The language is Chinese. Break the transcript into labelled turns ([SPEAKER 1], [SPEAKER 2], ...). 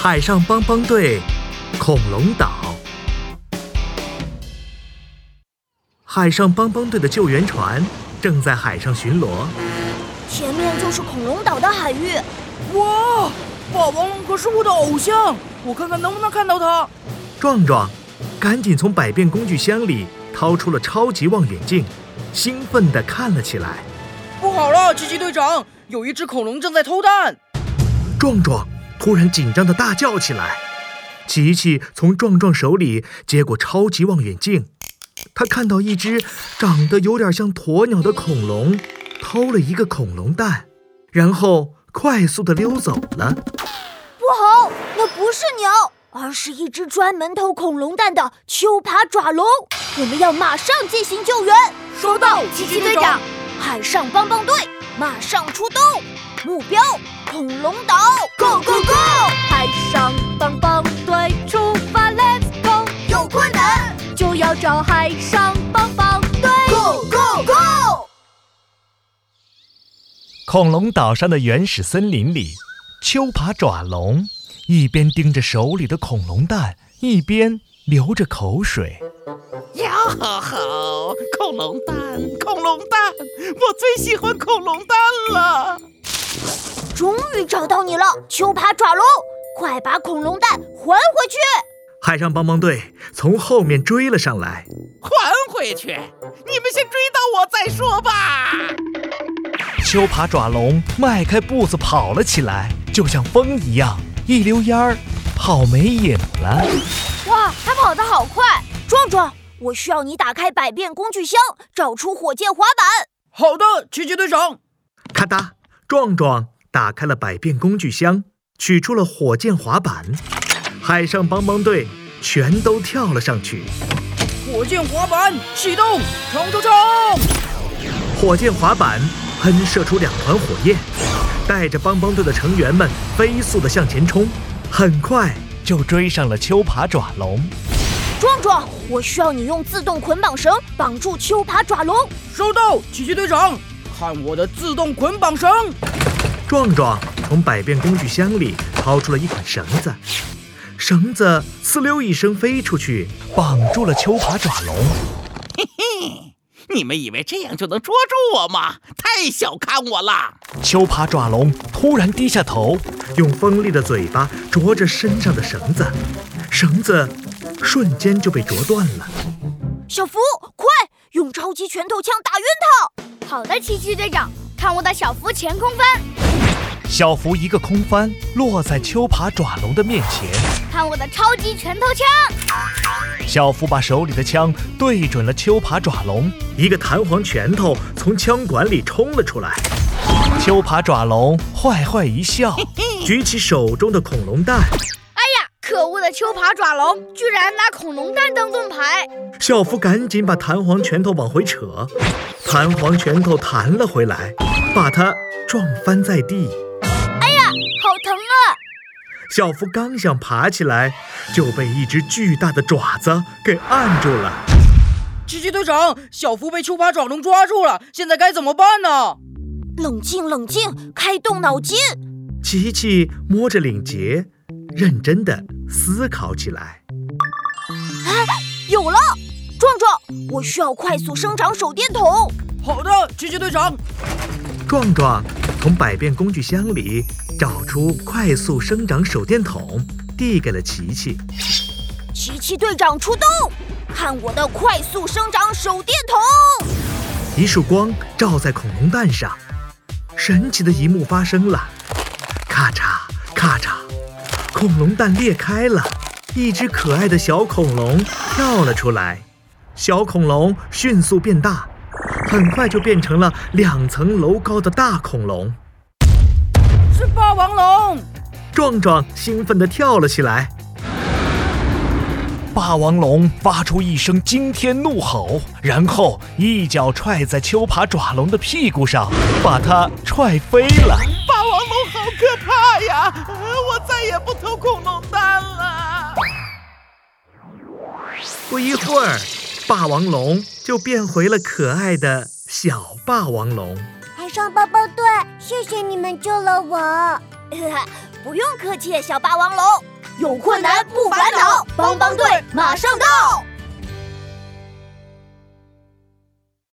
[SPEAKER 1] 海上帮帮队，恐龙岛。海上帮帮队的救援船正在海上巡逻。
[SPEAKER 2] 前面就是恐龙岛的海域，
[SPEAKER 3] 哇，霸王龙可是我的偶像，我看看能不能看到它。
[SPEAKER 1] 壮壮赶紧从百变工具箱里掏出了超级望远镜，兴奋地看了起来。
[SPEAKER 3] 不好了，奇奇队长，有一只恐龙正在偷蛋。
[SPEAKER 1] 壮壮突然紧张地大叫起来。琪琪从壮壮手里接过超级望远镜，他看到一只长得有点像鸵鸟的恐龙偷了一个恐龙蛋，然后快速地溜走了。
[SPEAKER 2] 不好，那不是鸟，而是一只专门偷恐龙蛋的秋爬爪龙。我们要马上进行救援。
[SPEAKER 3] 收到，奇奇队长。
[SPEAKER 2] 海上帮帮队马上出动，目标恐龙岛，Go Go Go！
[SPEAKER 4] 海上帮帮队出发，Let's go！
[SPEAKER 2] 有困难
[SPEAKER 4] 就要找海上帮帮队。
[SPEAKER 2] ，Go Go Go！
[SPEAKER 1] 恐龙岛上的原始森林里，秋爬爪龙一边盯着手里的恐龙蛋，一边流着口水。
[SPEAKER 5] 呀吼吼！恐龙蛋，恐龙蛋，我最喜欢恐龙蛋了。
[SPEAKER 2] 终于找到你了，秋爬爪龙，快把恐龙蛋还回去！
[SPEAKER 1] 海上帮帮队从后面追了上来。
[SPEAKER 5] 还回去，你们先追到我再说吧。
[SPEAKER 1] 秋爬爪龙迈开步子跑了起来，就像风一样，一溜烟儿跑没影了。
[SPEAKER 2] 哇，它跑得好快！壮壮，我需要你打开百变工具箱，找出火箭滑板。
[SPEAKER 3] 好的，奇奇队长。
[SPEAKER 1] 咔哒，壮壮打开了百变工具箱，取出了火箭滑板。海上帮帮队全都跳了上去，
[SPEAKER 3] 火箭滑板启动，冲冲冲！
[SPEAKER 1] 火箭滑板喷射出两团火焰，带着帮帮队的成员们飞速地向前冲，很快就追上了秋爬爪龙。
[SPEAKER 2] 壮壮，我需要你用自动捆绑绳绑住秋爬爪龙。
[SPEAKER 3] 收到，奇奇队长，看我的自动捆绑绳！
[SPEAKER 1] 壮壮从百变工具箱里掏出了一款绳子，绳子呲溜一声飞出去，绑住了秋爬爪龙。
[SPEAKER 5] 你们以为这样就能捉住我吗？太小看我了。
[SPEAKER 1] 秋爬爪龙突然低下头，用锋利的嘴巴啄着身上的绳子，绳子瞬间就被啄断了。
[SPEAKER 2] 小福，快用超级拳头枪打晕他！
[SPEAKER 4] 好的，奇奇队长，看我的小福前空翻，
[SPEAKER 1] 小福一个空翻落在秋爬爪龙的面前，
[SPEAKER 4] 看我的超级拳头枪。
[SPEAKER 1] 小福把手里的枪对准了秋爬爪龙，一个弹簧拳头从枪管里冲了出来。秋爬爪龙坏坏一笑，举起手中的恐龙蛋。
[SPEAKER 4] 哎呀，可恶的秋爬爪龙居然拿恐龙蛋当盾牌！
[SPEAKER 1] 小福赶紧把弹簧拳头往回扯，弹簧拳头弹了回来，把他撞翻在地。
[SPEAKER 4] 好疼啊！
[SPEAKER 1] 小福刚想爬起来，就被一只巨大的爪子给按住了。
[SPEAKER 3] 奇奇队长，小福被秋爬爪龙抓住了，现在该怎么办呢？
[SPEAKER 2] 冷静，冷静，开动脑筋。
[SPEAKER 1] 琪琪摸着领结，认真的思考起来。
[SPEAKER 2] 有了，壮壮，我需要快速生长手电筒。
[SPEAKER 3] 好的，奇奇队长，
[SPEAKER 1] 壮壮从百变工具箱里找出快速生长手电筒，递给了琪琪。
[SPEAKER 2] 奇奇队长出动，看我的快速生长手电筒！
[SPEAKER 1] 一束光照在恐龙蛋上，神奇的一幕发生了，咔嚓咔嚓，恐龙蛋裂开了，一只可爱的小恐龙跳了出来，小恐龙迅速变大，很快就变成了两层楼高的大恐龙。
[SPEAKER 3] 是霸王龙。
[SPEAKER 1] 壮壮兴奋地跳了起来。霸王龙发出一声惊天怒吼，然后一脚踹在秋爬爪龙的屁股上，把它踹飞了。
[SPEAKER 5] 霸王龙好可怕呀！我再也不偷恐龙蛋了。
[SPEAKER 1] 不一会儿，霸王龙就变回了可爱的小霸王龙。
[SPEAKER 2] 海上帮 帮队，谢谢你们救了我。不用客气，小霸王龙，有困难不烦恼，帮帮队马上到。